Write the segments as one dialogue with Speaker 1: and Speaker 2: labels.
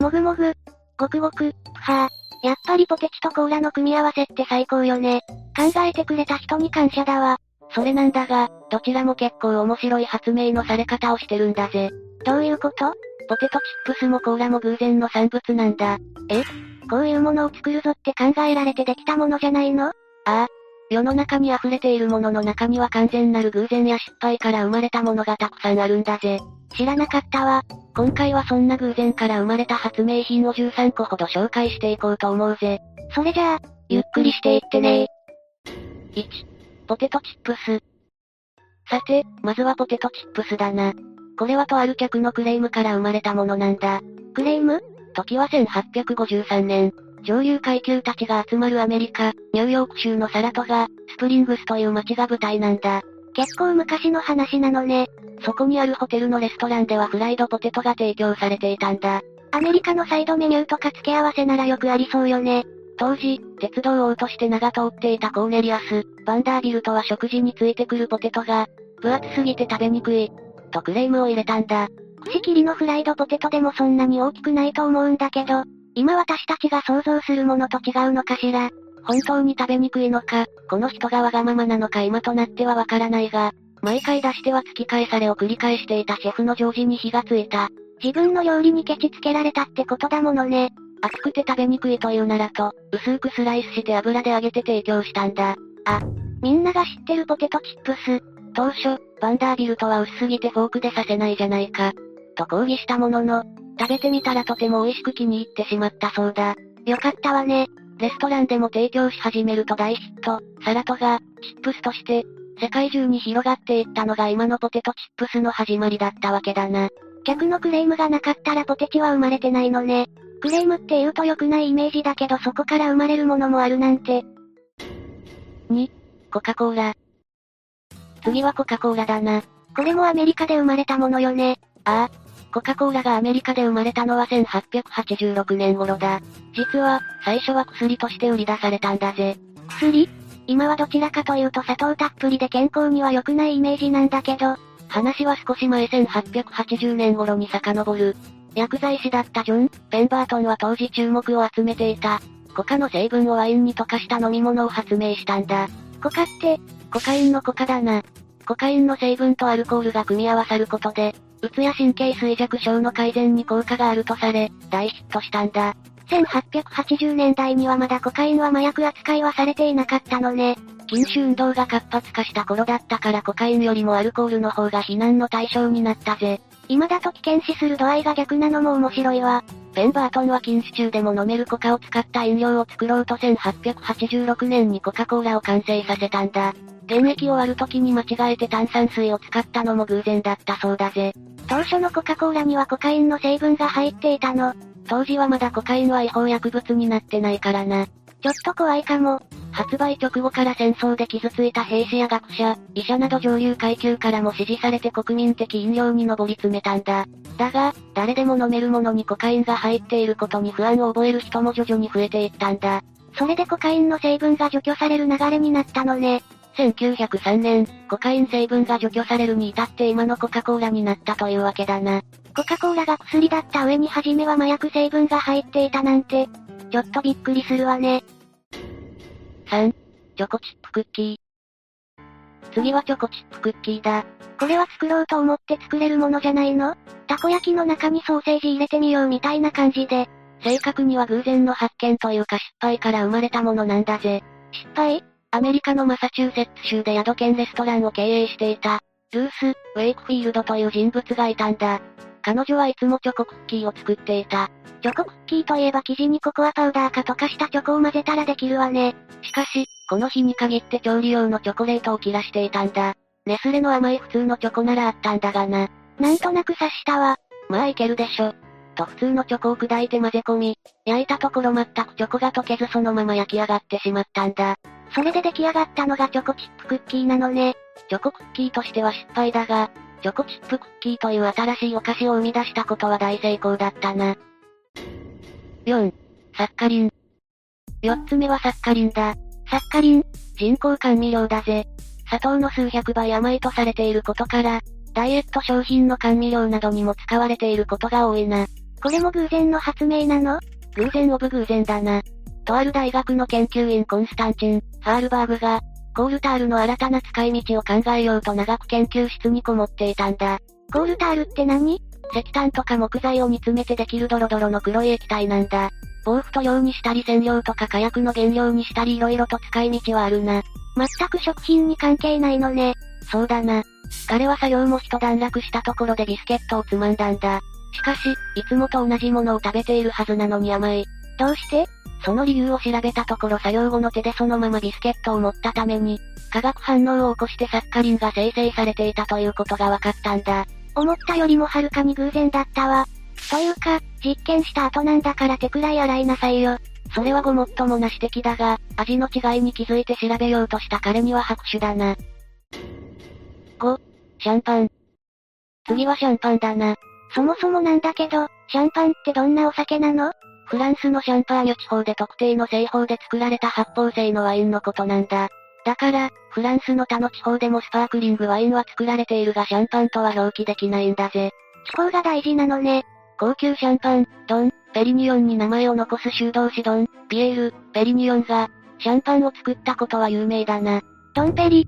Speaker 1: もぐもぐ。ごくごく。はぁ。やっぱりポテチとコーラの組み合わせって最高よね。考えてくれた人に感謝だわ。
Speaker 2: それなんだが、どちらも結構面白い発明のされ方をしてるんだぜ。
Speaker 1: どういうこと
Speaker 2: ポテトチップスもコーラも偶然の産物なんだ。
Speaker 1: えこういうものを作るぞって考えられてできたものじゃないの
Speaker 2: 世の中に溢れているものの中には完全なる偶然や失敗から生まれたものがたくさんあるんだぜ。
Speaker 1: 知らなかったわ。
Speaker 2: 今回はそんな偶然から生まれた発明品を13個ほど紹介していこうと思うぜ。
Speaker 1: それじゃあ、
Speaker 2: ゆっくりしていってね。1、ポテトチップス。さて、まずはポテトチップスだな。これはとある客のクレームから生まれたものなんだ。
Speaker 1: クレーム
Speaker 2: 時は1853年、上流階級たちが集まるアメリカ、ニューヨーク州のサラトガ、スプリングスという街が舞台なんだ。
Speaker 1: 結構昔の話なのね。
Speaker 2: そこにあるホテルのレストランではフライドポテトが提供されていたんだ。
Speaker 1: アメリカのサイドメニューとか付け合わせならよくありそうよね。
Speaker 2: 当時、鉄道王として名が通っていたコーネリアス、バンダービルトは食事についてくるポテトが、分厚すぎて食べにくい、とクレームを入れたんだ。
Speaker 1: 串切りのフライドポテトでもそんなに大きくないと思うんだけど、今私たちが想像するものと違うのかしら。
Speaker 2: 本当に食べにくいのか、この人がわがままなのか今となってはわからないが、毎回出しては突き返されを繰り返していたシェフのジョージに火がついた。
Speaker 1: 自分の料理にケチつけられたってことだものね。
Speaker 2: 熱くて食べにくいというならと、薄くスライスして油で揚げて提供したんだ。
Speaker 1: みんなが知ってるポテトチップス。
Speaker 2: 当初、バンダービルトは薄すぎてフォークで刺せないじゃないか、と抗議したものの、食べてみたらとても美味しく気に入ってしまったそうだ。
Speaker 1: よかったわね。
Speaker 2: レストランでも提供し始めると大ヒット、サラトが、チップスとして、世界中に広がっていったのが今のポテトチップスの始まりだったわけだな。
Speaker 1: 客のクレームがなかったらポテチは生まれてないのね。クレームって言うと良くないイメージだけどそこから生まれるものもあるなんて。
Speaker 2: コカ・コーラ。次はコカ・コーラだな。
Speaker 1: これもアメリカで生まれたものよね。
Speaker 2: コカ・コーラがアメリカで生まれたのは1886年頃だ。実は、最初は薬として売り出されたんだぜ。
Speaker 1: 薬今はどちらかというと砂糖たっぷりで健康には良くないイメージなんだけど、
Speaker 2: 話は少し前1880年頃に遡る。薬剤師だったジョン・ペンバートンは当時注目を集めていた。コカの成分をワインに溶かした飲み物を発明したんだ。
Speaker 1: コカって、
Speaker 2: コカインのコカだな。コカインの成分とアルコールが組み合わさることで、うつや神経衰弱症の改善に効果があるとされ、大ヒットしたんだ。
Speaker 1: 1880年代にはまだコカインは麻薬扱いはされていなかったのね。
Speaker 2: 禁酒運動が活発化した頃だったからコカインよりもアルコールの方が非難の対象になったぜ。
Speaker 1: 今だと危険視する度合いが逆なのも面白いわ。
Speaker 2: ペンバートンは禁酒中でも飲めるコカを使った飲料を作ろうと1886年にコカ・コーラを完成させたんだ。原液を割る時に間違えて炭酸水を使ったのも偶然だったそうだぜ。
Speaker 1: 当初のコカ・コーラにはコカインの成分が入っていたの。
Speaker 2: 当時はまだコカインは違法薬物になってないからな。
Speaker 1: ちょっと怖いかも。
Speaker 2: 発売直後から戦争で傷ついた兵士や学者、医者など上流階級からも支持されて国民的飲料に上り詰めたんだ。だが、誰でも飲めるものにコカインが入っていることに不安を覚える人も徐々に増えていったんだ。
Speaker 1: それでコカインの成分が除去される流れになったのね。
Speaker 2: 1903年、コカイン成分が除去されるに至って今のコカ・コーラになったというわけだな。
Speaker 1: コカ・コーラが薬だった上に初めは麻薬成分が入っていたなんて、ちょっとびっくりするわね。
Speaker 2: 3、チョコチップクッキー。次はチョコチップクッキーだ。
Speaker 1: これは作ろうと思って作れるものじゃないのたこ焼きの中にソーセージ入れてみようみたいな感じで。
Speaker 2: 正確には偶然の発見というか失敗から生まれたものなんだぜ。
Speaker 1: 失敗
Speaker 2: アメリカのマサチューセッツ州で宿兼レストランを経営していた、ルース・ウェイクフィールドという人物がいたんだ。彼女はいつもチョコクッキーを作っていた。
Speaker 1: チョコクッキーといえば生地にココアパウダーか溶かしたチョコを混ぜたらできるわね。
Speaker 2: しかし、この日に限って調理用のチョコレートを切らしていたんだ。ネスレの甘い普通のチョコならあったんだがな。
Speaker 1: なんとなく察したわ。
Speaker 2: まあいけるでしょ。と普通のチョコを砕いて混ぜ込み、焼いたところ全くチョコが溶けずそのまま焼き上がってしまったんだ。
Speaker 1: それで出来上がったのがチョコチップクッキーなのね。
Speaker 2: チョコクッキーとしては失敗だが、チョコチップクッキーという新しいお菓子を生み出したことは大成功だったな。4、サッカリン。4つ目はサッカリンだ。
Speaker 1: サッカリン、
Speaker 2: 人工甘味料だぜ。砂糖の数百倍甘いとされていることから、ダイエット商品の甘味料などにも使われていることが多いな。
Speaker 1: これも偶然の発明なの
Speaker 2: 偶然オブ偶然だな。とある大学の研究員コンスタンチン・ハールバーグが、コールタールの新たな使い道を考えようと長く研究室にこもっていたんだ。
Speaker 1: コールタールって何
Speaker 2: 石炭とか木材を煮詰めてできるドロドロの黒い液体なんだ。防腐塗料にしたり染料とか火薬の原料にしたり色々と使い道はあるな。
Speaker 1: 全く食品に関係ないのね。
Speaker 2: そうだな。彼は作業も一段落したところでビスケットをつまんだんだ。しかし、いつもと同じものを食べているはずなのに甘い。
Speaker 1: どうして
Speaker 2: その理由を調べたところ作業後の手でそのままビスケットを持ったために、化学反応を起こしてサッカリンが生成されていたということが分かったんだ。
Speaker 1: 思ったよりもはるかに偶然だったわ。というか、実験した後なんだから手くらい洗いなさいよ。
Speaker 2: それはごもっともな指摘だが、味の違いに気づいて調べようとした彼には拍手だな。5、シャンパン。次はシャンパンだな。
Speaker 1: そもそもなんだけど、シャンパンってどんなお酒なの
Speaker 2: フランスのシャンパーニュ地方で特定の製法で作られた発泡性のワインのことなんだ。だから、フランスの他の地方でもスパークリングワインは作られているがシャンパンとは表記できないんだぜ。
Speaker 1: 気候が大事なのね。
Speaker 2: 高級シャンパン、ドン、ペリニオンに名前を残す修道士ドン、ビエール、ペリニオンが、シャンパンを作ったことは有名だな。
Speaker 1: ドンペリ。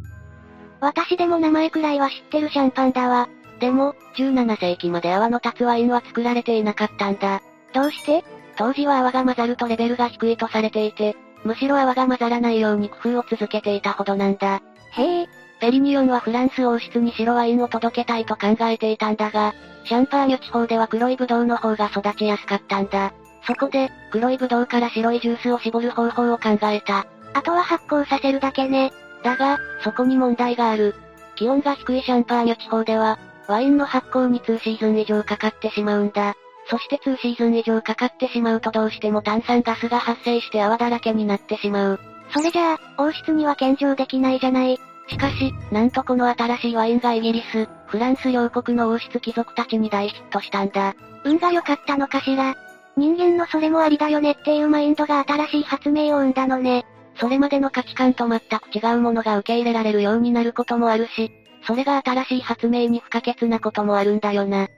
Speaker 1: 私でも名前くらいは知ってるシャンパンだわ。
Speaker 2: でも、17世紀まで泡の立つワインは作られていなかったんだ。
Speaker 1: どうして
Speaker 2: 当時は泡が混ざるとレベルが低いとされていて、むしろ泡が混ざらないように工夫を続けていたほどなんだ。
Speaker 1: へえ。
Speaker 2: ペリニオンはフランス王室に白ワインを届けたいと考えていたんだが、シャンパーニュ地方では黒いブドウの方が育ちやすかったんだ。そこで、黒いブドウから白いジュースを絞る方法を考えた。
Speaker 1: あとは発酵させるだけね。
Speaker 2: だが、そこに問題がある。気温が低いシャンパーニュ地方では、ワインの発酵に2シーズン以上かかってしまうんだ。そして2シーズン以上かかってしまうとどうしても炭酸ガスが発生して泡だらけになってしまう。
Speaker 1: それじゃあ、王室には献上できないじゃない。
Speaker 2: しかし、なんとこの新しいワインがイギリス、フランス両国の王室貴族たちに大ヒットしたんだ。
Speaker 1: 運が良かったのかしら。人間のそれもありだよねっていうマインドが新しい発明を生んだのね。
Speaker 2: それまでの価値観と全く違うものが受け入れられるようになることもあるし、それが新しい発明に不可欠なこともあるんだよな。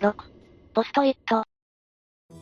Speaker 2: 6、ポストイット。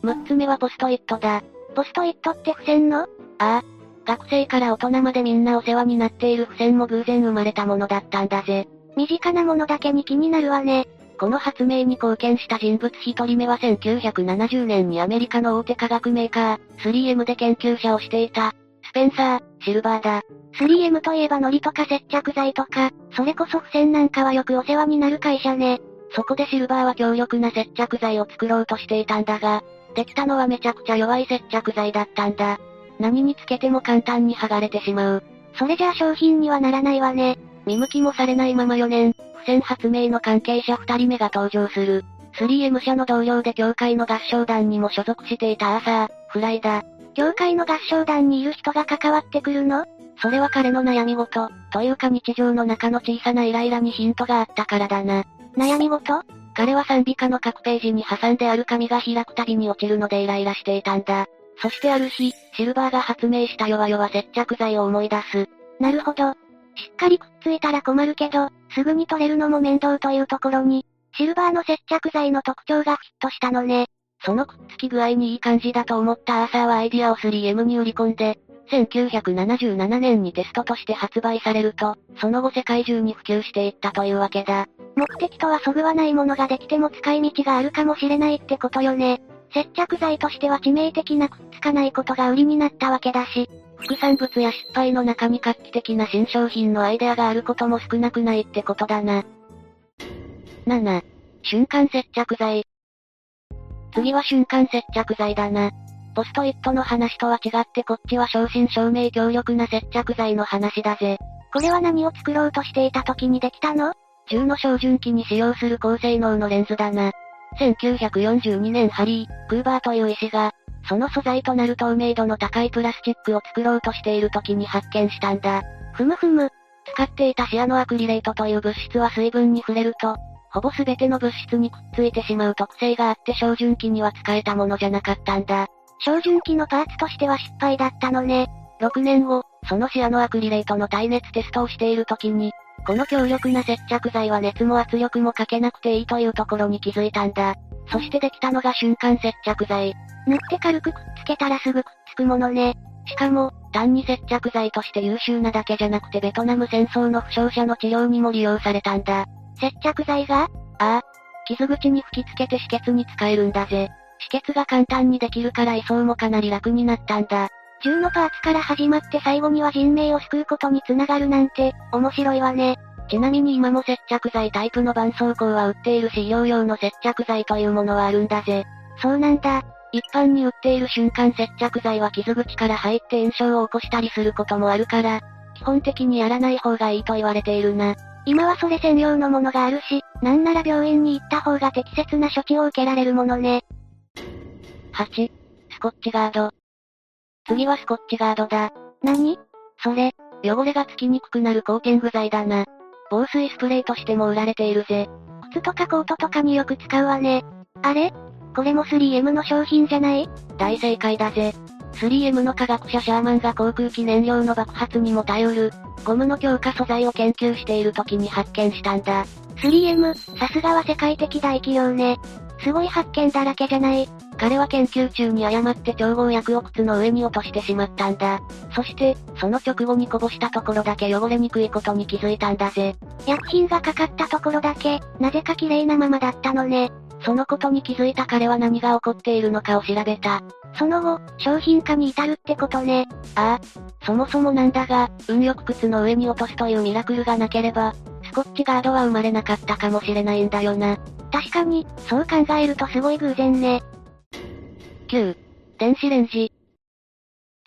Speaker 2: 6つ目はポストイットだ。
Speaker 1: ポストイットって付箋のあ
Speaker 2: あ。学生から大人までみんなお世話になっている付箋も偶然生まれたものだったんだぜ。
Speaker 1: 身近なものだけに気になるわね。
Speaker 2: この発明に貢献した人物一人目は1970年にアメリカの大手化学メーカー、3M で研究者をしていた、スペンサー、シルバーだ。
Speaker 1: 3M といえば糊とか接着剤とか、それこそ付箋なんかはよくお世話になる会社ね。
Speaker 2: そこでシルバーは強力な接着剤を作ろうとしていたんだが、できたのはめちゃくちゃ弱い接着剤だったんだ。何につけても簡単に剥がれてしまう。
Speaker 1: それじゃあ商品にはならないわね。
Speaker 2: 見向きもされないまま4年、付箋発明の関係者2人目が登場する。3M 社の同僚で協会の合唱団にも所属していたアーサー、フライだ。
Speaker 1: 協会の合唱団にいる人が関わってくるの
Speaker 2: それは彼の悩み事、というか日常の中の小さなイライラにヒントがあったからだな。
Speaker 1: 悩み事
Speaker 2: 彼は賛美歌の各ページに挟んである紙が開くたびに落ちるのでイライラしていたんだ。そしてある日、シルバーが発明した弱々接着剤を思い出す。
Speaker 1: なるほど。しっかりくっついたら困るけど、すぐに取れるのも面倒というところに、シルバーの接着剤の特徴がフィットしたのね。
Speaker 2: そのくっつき具合にいい感じだと思ったアーサーはアイディアを 3M に売り込んで、1977年にテストとして発売されると、その後世界中に普及していったというわけだ。
Speaker 1: 目的とはそぐわないものができても使い道があるかもしれないってことよね。接着剤としては致命的なくっつかないことが売りになったわけだし、
Speaker 2: 副産物や失敗の中に画期的な新商品のアイデアがあることも少なくないってことだな。7、瞬間接着剤。次は瞬間接着剤だな。ポストイットの話とは違ってこっちは正真正銘強力な接着剤の話だぜ。
Speaker 1: これは何を作ろうとしていた時にできたの
Speaker 2: 銃の照準器に使用する高性能のレンズだな。1942年ハリー・クーバーという医師が、その素材となる透明度の高いプラスチックを作ろうとしている時に発見したんだ。
Speaker 1: ふむふむ。
Speaker 2: 使っていたシアノアクリレートという物質は水分に触れると、ほぼ全ての物質にくっついてしまう特性があって照準器には使えたものじゃなかったんだ。
Speaker 1: 照準器のパーツとしては失敗だったのね。
Speaker 2: 6年後、そのシアノアクリレートの耐熱テストをしている時に、この強力な接着剤は熱も圧力もかけなくていいというところに気づいたんだ。そしてできたのが瞬間接着剤。
Speaker 1: 塗って軽くくっつけたらすぐくっつくものね。
Speaker 2: しかも、単に接着剤として優秀なだけじゃなくてベトナム戦争の負傷者の治療にも利用されたんだ。
Speaker 1: 接着剤が
Speaker 2: ああ、傷口に吹きつけて止血に使えるんだぜ。止血が簡単にできるから移送もかなり楽になったんだ。
Speaker 1: 銃のパーツから始まって最後には人命を救うことにつながるなんて、面白いわね。
Speaker 2: ちなみに今も接着剤タイプの絆創膏は売っているし医療用の接着剤というものはあるんだぜ。
Speaker 1: そうなんだ。
Speaker 2: 一般に売っている瞬間接着剤は傷口から入って炎症を起こしたりすることもあるから、基本的にやらない方がいいと言われているな。
Speaker 1: 今はそれ専用のものがあるし、なんなら病院に行った方が適切な処置を受けられるものね。
Speaker 2: 8、スコッチガード。次はスコッチガードだ。
Speaker 1: 何
Speaker 2: それ、汚れがつきにくくなるコーティング剤だな。防水スプレーとしても売られているぜ。
Speaker 1: 靴とかコートとかによく使うわね。あれこれも 3M の商品じゃない
Speaker 2: 大正解だぜ。3M の科学者シャーマンが航空機燃料の爆発にも頼る、ゴムの強化素材を研究している時に発見したんだ。
Speaker 1: 3M、さすがは世界的大企業ね。すごい発見だらけじゃない。
Speaker 2: 彼は研究中に誤って調合薬を靴の上に落としてしまったんだ。そして、その直後にこぼしたところだけ汚れにくいことに気づいたんだぜ。
Speaker 1: 薬品がかかったところだけ、なぜか綺麗なままだったのね。
Speaker 2: そのことに気づいた彼は何が起こっているのかを調べた。
Speaker 1: その後、商品化に至るってことね。
Speaker 2: ああ。そもそもなんだが、運よく靴の上に落とすというミラクルがなければ、スコッチガードは生まれなかったかもしれないんだよな。
Speaker 1: 確かに、そう考えるとすごい偶然ね。
Speaker 2: 9、電子レンジ。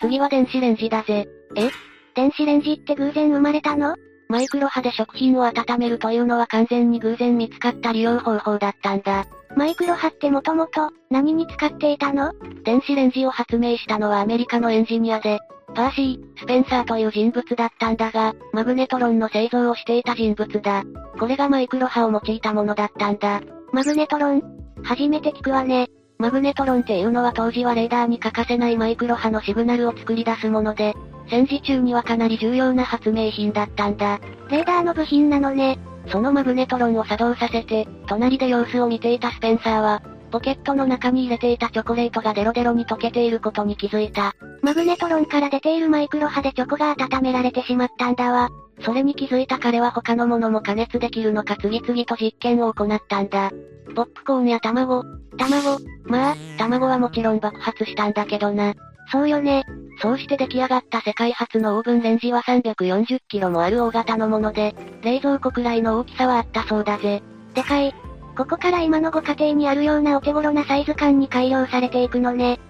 Speaker 2: 次は電子レンジだぜ。
Speaker 1: え電子レンジって偶然生まれたの
Speaker 2: マイクロ波で食品を温めるというのは完全に偶然見つかった利用方法だったんだ。
Speaker 1: マイクロ波ってもともと、何に使っていたの
Speaker 2: 電子レンジを発明したのはアメリカのエンジニアで、パーシー、スペンサーという人物だったんだが、マグネトロンの製造をしていた人物だ。これがマイクロ波を用いたものだったんだ。
Speaker 1: マグネトロン初めて聞くわね。
Speaker 2: マグネトロンっていうのは当時はレーダーに欠かせないマイクロ波のシグナルを作り出すもので、戦時中にはかなり重要な発明品だったんだ。
Speaker 1: レーダーの部品なのね。
Speaker 2: そのマグネトロンを作動させて、隣で様子を見ていたスペンサーは、ポケットの中に入れていたチョコレートがデロデロに溶けていることに気づいた。
Speaker 1: マグネトロンから出ているマイクロ波でチョコが温められてしまったんだわ。
Speaker 2: それに気づいた彼は他のものも加熱できるのか次々と実験を行ったんだ。ポップコーンや卵、卵、まあ、卵はもちろん爆発したんだけどな。
Speaker 1: そうよね。
Speaker 2: そうして出来上がった世界初のオーブンレンジは340キロもある大型のもので、冷蔵庫くらいの大きさはあったそうだぜ。
Speaker 1: でかい。ここから今のご家庭にあるようなお手頃なサイズ感に改良されていくのね。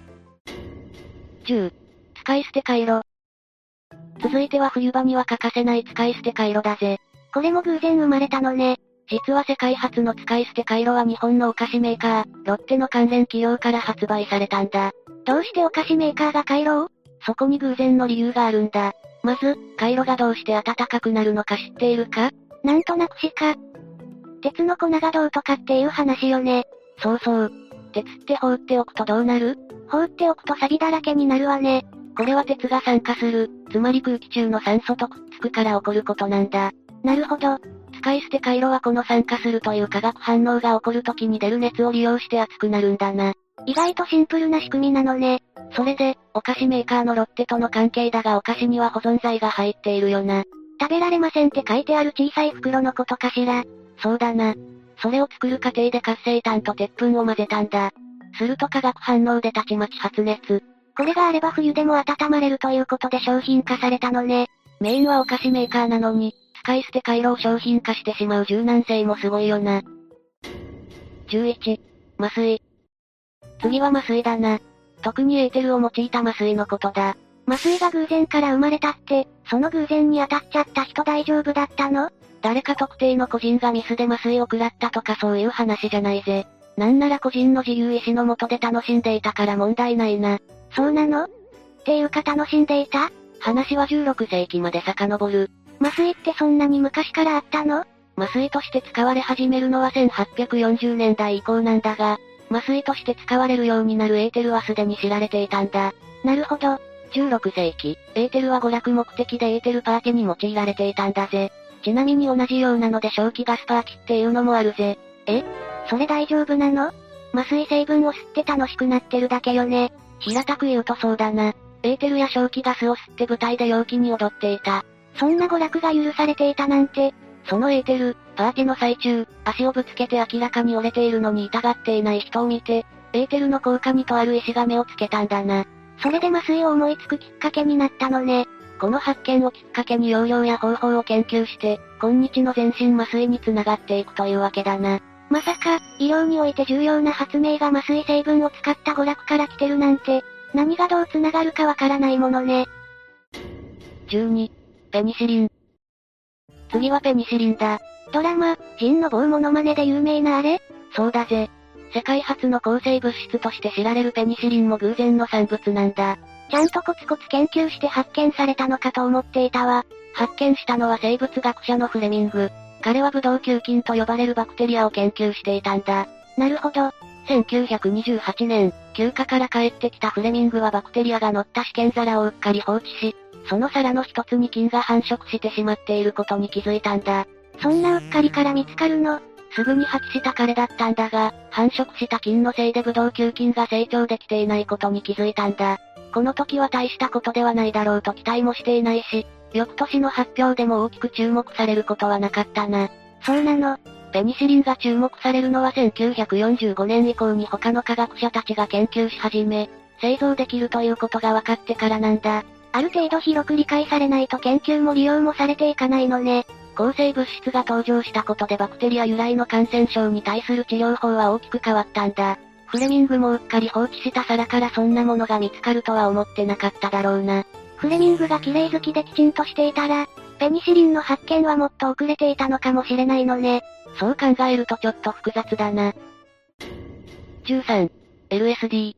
Speaker 2: 10、使い捨て回路。続いては冬場には欠かせない使い捨て回路だぜ。
Speaker 1: これも偶然生まれたのね。
Speaker 2: 実は世界初の使い捨て回路は日本のお菓子メーカー、ロッテの関連企業から発売されたんだ。
Speaker 1: どうしてお菓子メーカーが回路を
Speaker 2: そこに偶然の理由があるんだ。まず、回路がどうして暖かくなるのか知っているか
Speaker 1: なんとなくしか。鉄の粉がどうとかっていう話よね。
Speaker 2: そうそう。鉄って放っておくとどうなる
Speaker 1: 放っておくと錆だらけになるわね。
Speaker 2: これは鉄が酸化する、つまり空気中の酸素とくっつくから起こることなんだ。
Speaker 1: なるほど。
Speaker 2: 使い捨て回路はこの酸化するという化学反応が起こる時に出る熱を利用して熱くなるんだな。
Speaker 1: 意外とシンプルな仕組みなのね。
Speaker 2: それで、お菓子メーカーのロッテとの関係だがお菓子には保存剤が入っているよな。
Speaker 1: 食べられませんって書いてある小さい袋のことかしら。
Speaker 2: そうだな。それを作る過程で活性炭と鉄粉を混ぜたんだ。すると化学反応でたちまち発熱。
Speaker 1: これがあれば冬でも温まれるということで商品化されたのね。
Speaker 2: メインはお菓子メーカーなのに、使い捨て回路を商品化してしまう柔軟性もすごいよな。11、麻酔。次は麻酔だな。特にエーテルを用いた麻酔のことだ。
Speaker 1: 麻酔が偶然から生まれたって、その偶然に当たっちゃった人大丈夫だったの
Speaker 2: 誰か特定の個人がミスで麻酔を食らったとかそういう話じゃないぜ。なんなら個人の自由意志のもとで楽しんでいたから問題ないな。
Speaker 1: そうなのっていうか楽しんでいた
Speaker 2: 話は16世紀まで遡る。
Speaker 1: 麻酔ってそんなに昔からあったの
Speaker 2: 麻酔として使われ始めるのは1840年代以降なんだが、麻酔として使われるようになるエーテルはすでに知られていたんだ。
Speaker 1: なるほど。
Speaker 2: 16世紀、エーテルは娯楽目的でエーテルパーティに用いられていたんだぜ。ちなみに同じようなので正気ガスパーキっていうのもあるぜ。
Speaker 1: えそれ大丈夫なの麻酔成分を吸って楽しくなってるだけよね。
Speaker 2: 平たく言うとそうだな。エーテルや正気ガスを吸って舞台で陽気に踊っていた。
Speaker 1: そんな娯楽が許されていたなんて、
Speaker 2: そのエーテル、パーティの最中、足をぶつけて明らかに折れているのに痛がっていない人を見て、エーテルの効果にとある石が目をつけたんだな。
Speaker 1: それで麻酔を思いつくきっかけになったのね。
Speaker 2: この発見をきっかけに容量や方法を研究して、今日の全身麻酔につながっていくというわけだな。
Speaker 1: まさか、医療において重要な発明が麻酔成分を使った娯楽から来てるなんて、何がどう繋がるかわからないものね。
Speaker 2: 12、ペニシリン。次はペニシリンだ。
Speaker 1: ドラマ、ジンの棒モノマネで有名なあれ
Speaker 2: そうだぜ。世界初の抗生物質として知られるペニシリンも偶然の産物なんだ。
Speaker 1: ちゃんとコツコツ研究して発見されたのかと思っていたわ。
Speaker 2: 発見したのは生物学者のフレミング。彼はブドウ球菌と呼ばれるバクテリアを研究していたんだ。
Speaker 1: なるほど。
Speaker 2: 1928年、休暇から帰ってきたフレミングはバクテリアが乗った試験皿をうっかり放置し、その皿の一つに菌が繁殖してしまっていることに気づいたんだ。
Speaker 1: そんなうっかりから見つかるの
Speaker 2: すぐに破棄した彼だったんだが、繁殖した菌のせいでブドウ球菌が成長できていないことに気づいたんだ。この時は大したことではないだろうと期待もしていないし、翌年の発表でも大きく注目されることはなかったな。
Speaker 1: そうなの。
Speaker 2: ペニシリンが注目されるのは1945年以降に他の科学者たちが研究し始め、製造できるということが分かってからなんだ。
Speaker 1: ある程度広く理解されないと研究も利用もされていかないのね。
Speaker 2: 抗生物質が登場したことでバクテリア由来の感染症に対する治療法は大きく変わったんだ。フレミングもうっかり放置した皿からそんなものが見つかるとは思ってなかっただろうな。
Speaker 1: フレミングが綺麗好きできちんとしていたら、ペニシリンの発見はもっと遅れていたのかもしれないのね。
Speaker 2: そう考えるとちょっと複雑だな。13、LSD。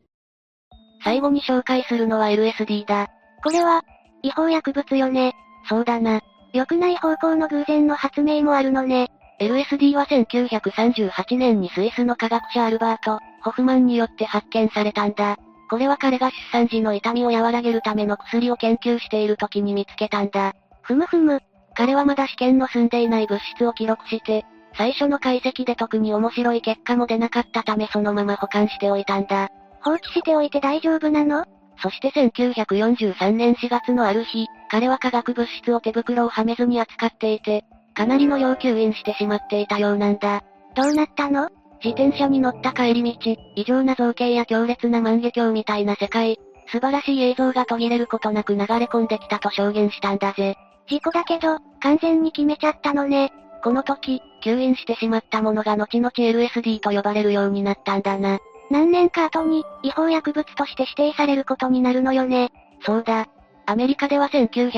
Speaker 2: 最後に紹介するのは LSD だ。
Speaker 1: これは、違法薬物よね。
Speaker 2: そうだな。
Speaker 1: 良くない方向の偶然の発明もあるのね。
Speaker 2: LSD は1938年にスイスの科学者アルバート、ホフマンによって発見されたんだ。これは彼が出産時の痛みを和らげるための薬を研究している時に見つけたんだ。
Speaker 1: ふむふむ。
Speaker 2: 彼はまだ試験の済んでいない物質を記録して、最初の解析で特に面白い結果も出なかったためそのまま保管しておいたんだ。
Speaker 1: 放置しておいて大丈夫なの
Speaker 2: そして1943年4月のある日、彼は化学物質を手袋をはめずに扱っていて、かなりの要求飲してしまっていたようなんだ。
Speaker 1: どうなったの
Speaker 2: 自転車に乗った帰り道、異常な造形や強烈な万華鏡みたいな世界、素晴らしい映像が途切れることなく流れ込んできたと証言したんだぜ。
Speaker 1: 事故だけど、完全に決めちゃったのね。
Speaker 2: この時、吸引してしまったものが後々 LSD と呼ばれるようになったんだな。
Speaker 1: 何年か後に、違法薬物として指定されることになるのよね。
Speaker 2: そうだ。アメリカでは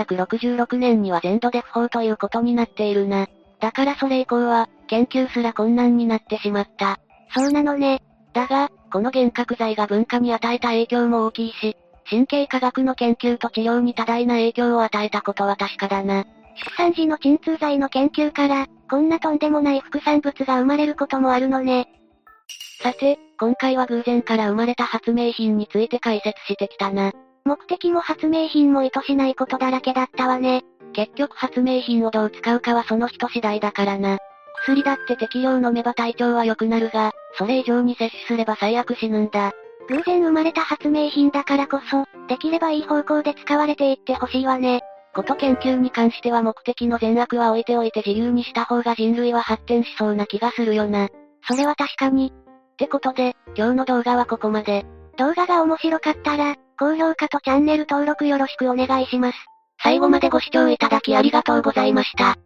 Speaker 2: 1966年には全土で不法ということになっているな。だからそれ以降は、研究すら困難になってしまった。
Speaker 1: そうなのね。
Speaker 2: だが、この幻覚剤が文化に与えた影響も大きいし、神経科学の研究と治療に多大な影響を与えたことは確かだな。
Speaker 1: 出産時の鎮痛剤の研究から、こんなとんでもない副産物が生まれることもあるのね。
Speaker 2: さて、今回は偶然から生まれた発明品について解説してきたな。
Speaker 1: 目的も発明品も意図しないことだらけだったわね。
Speaker 2: 結局発明品をどう使うかはその人次第だからな。薬だって適量飲めば体調は良くなるが、それ以上に摂取すれば最悪死ぬんだ。
Speaker 1: 偶然生まれた発明品だからこそ、できればいい方向で使われていってほしいわね。
Speaker 2: こと研究に関しては目的の善悪は置いておいて自由にした方が人類は発展しそうな気がするよな。
Speaker 1: それは確かに。
Speaker 2: ってことで、今日の動画はここまで。
Speaker 1: 動画が面白かったら、高評価とチャンネル登録よろしくお願いします。
Speaker 2: 最後までご視聴いただきありがとうございました。